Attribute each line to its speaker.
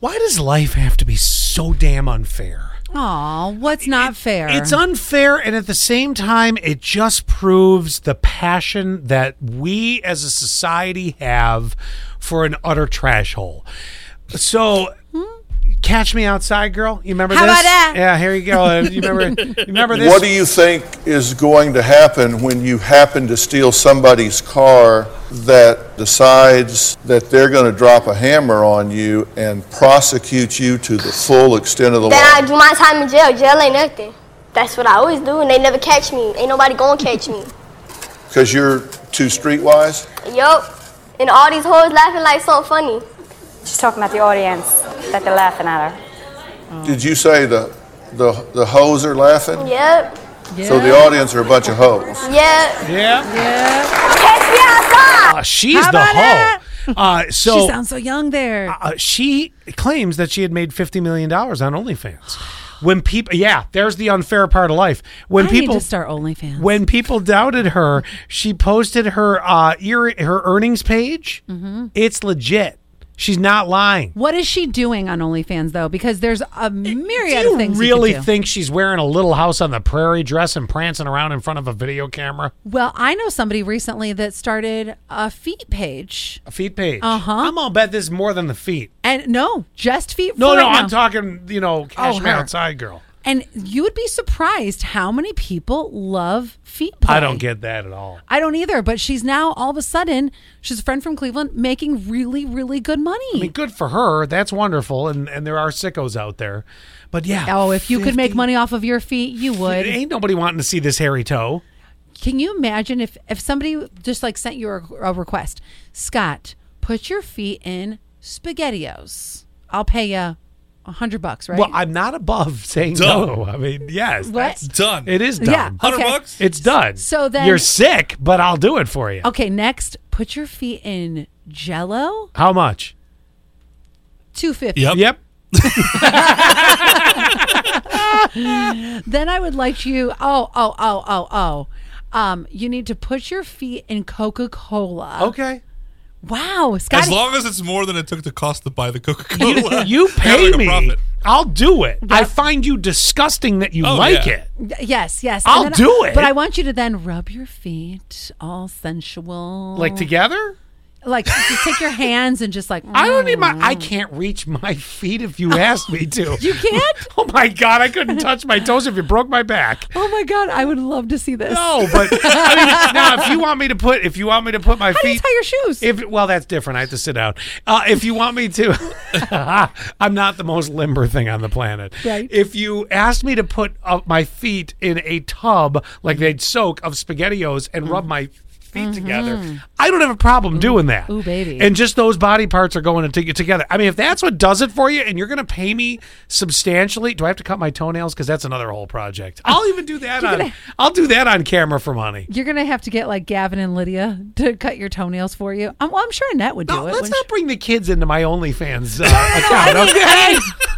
Speaker 1: Why does life have to be so damn unfair?
Speaker 2: Aw, what's not fair?
Speaker 1: It's unfair, and at the same time, it just proves the passion that we as a society have for an utter trash hole. So, catch me outside, girl. You remember
Speaker 2: How
Speaker 1: this?
Speaker 2: about that?
Speaker 1: Yeah, here you go. Uh, You remember? you remember this?
Speaker 3: What do you think is going to happen when you happen to steal somebody's car that decides that they're going to drop a hammer on you and prosecute you to the full extent of the
Speaker 4: Then I
Speaker 3: law?
Speaker 4: do my time in jail. Jail ain't nothing. That's what I always do, and they never catch me. Ain't nobody gonna catch me.
Speaker 3: Because you're too streetwise?
Speaker 4: Yup. And all these hoes laughing like something funny.
Speaker 5: She's talking about the audience that they're laughing at her.
Speaker 3: Did you say the, the, the hoes are laughing?
Speaker 4: Yep.
Speaker 3: So the audience are a bunch of hoes.
Speaker 4: Yep.
Speaker 1: yeah.
Speaker 4: Catch me outside.
Speaker 1: Uh, she's
Speaker 2: How
Speaker 1: the
Speaker 2: about
Speaker 1: hoe. Uh, so
Speaker 2: she sounds so young there.
Speaker 1: uh, she claims that she had made fifty million dollars on OnlyFans. When people, yeah, there's the unfair part of life. When
Speaker 2: I
Speaker 1: people
Speaker 2: need to start OnlyFans.
Speaker 1: when people doubted her, she posted her uh, ear- her earnings page. It's legit. She's not lying.
Speaker 2: Mm-hmm. what is she doing on OnlyFans though? Because there's a myriad
Speaker 1: Eh, do
Speaker 2: of
Speaker 1: you
Speaker 2: things
Speaker 1: really
Speaker 2: you could do.
Speaker 1: think she's wearing a little house on the prairie dress and prancing around in front of a video camera?
Speaker 2: Well, I know somebody recently that started a feet page,
Speaker 1: A feet page. Uh
Speaker 2: Uh-huh.
Speaker 1: huh. I'm gonna bet this is more than the feet.
Speaker 2: and no, just feet.
Speaker 1: No,
Speaker 2: for
Speaker 1: no,
Speaker 2: right
Speaker 1: I'm
Speaker 2: now.
Speaker 1: talking. You know, cash me
Speaker 2: Oh, her.
Speaker 1: outside, girl.
Speaker 2: And you would be surprised how many people love feet play.
Speaker 1: I don't get that at all.
Speaker 2: I don't either. But she's now all of a sudden she's a friend from Cleveland making really really good money.
Speaker 1: I mean, good for her. That's wonderful, and and there are sickos out there, but yeah.
Speaker 2: oh, if you could make
Speaker 1: 50
Speaker 2: money off of your feet, you would.
Speaker 1: Ain't nobody wanting to see this hairy toe.
Speaker 2: Can you imagine if if somebody just like sent you a, a request, Scott, put your feet in spaghettios. I'll pay you a hundred bucks, right?
Speaker 1: Well, I'm not above saying
Speaker 6: Done.
Speaker 1: no. I mean, yes,
Speaker 2: What?
Speaker 1: that's-
Speaker 6: It's done.
Speaker 1: it is done.
Speaker 2: yeah,
Speaker 6: Hundred
Speaker 2: okay.
Speaker 6: bucks.
Speaker 1: It's done.
Speaker 2: So then-
Speaker 1: you're sick, but I'll do it for you.
Speaker 2: Okay, next, put your feet in Jello.
Speaker 1: How much?
Speaker 2: Two fifty.
Speaker 6: Yep.
Speaker 1: Yep.
Speaker 2: Then I would like you. Oh, oh, oh, oh, oh. Um, you need to put your feet in Coca Cola.
Speaker 1: Okay.
Speaker 2: Wow,
Speaker 6: As
Speaker 2: Scotty.
Speaker 6: long as it's more than it took to cost to buy the Coca Cola,
Speaker 1: You pay me.
Speaker 6: profit.
Speaker 1: I'll do it. I find you disgusting that you
Speaker 6: Oh,
Speaker 1: like
Speaker 6: yeah.
Speaker 1: it.
Speaker 2: yes, yes.
Speaker 1: I'll
Speaker 2: then I-
Speaker 1: do it.
Speaker 2: But I want you to then rub your feet, all sensual,
Speaker 1: Like together?
Speaker 2: like just take your hands and just like.
Speaker 1: I don't need my. I can't reach my feet if you asked me to.
Speaker 2: Mm. You can't?
Speaker 1: Oh my god! I couldn't touch my toes if you broke my back.
Speaker 2: Oh my god, I would love to see this.
Speaker 1: No, but I mean, now if you want me to put, if you want me to put my
Speaker 2: How do you
Speaker 1: feet,
Speaker 2: tie your shoes?
Speaker 1: If well, that's different. I have to sit down. Uh, if you want me to, I'm not the most limber thing on the planet.
Speaker 2: Right.
Speaker 1: If you asked me to put up my feet in a tub like they'd soak of spaghettios and rub my feet together, I don't have a problem doing that.
Speaker 2: Mm-hmm. Ooh, baby.
Speaker 1: And just those body parts are going to get together. I mean, if that's what does it for you, and you're going to pay me substantially, do I have to cut my toenails? Because that's another whole project. I'll even do that on. I'll do that on camera for money.
Speaker 2: You're gonna have to get like Gavin and Lydia to cut your toenails for you. I'm, well, I'm sure Annette would do
Speaker 1: No,
Speaker 2: it.
Speaker 1: let's
Speaker 2: wouldn't
Speaker 1: not bring the kids into my OnlyFans uh, account. okay?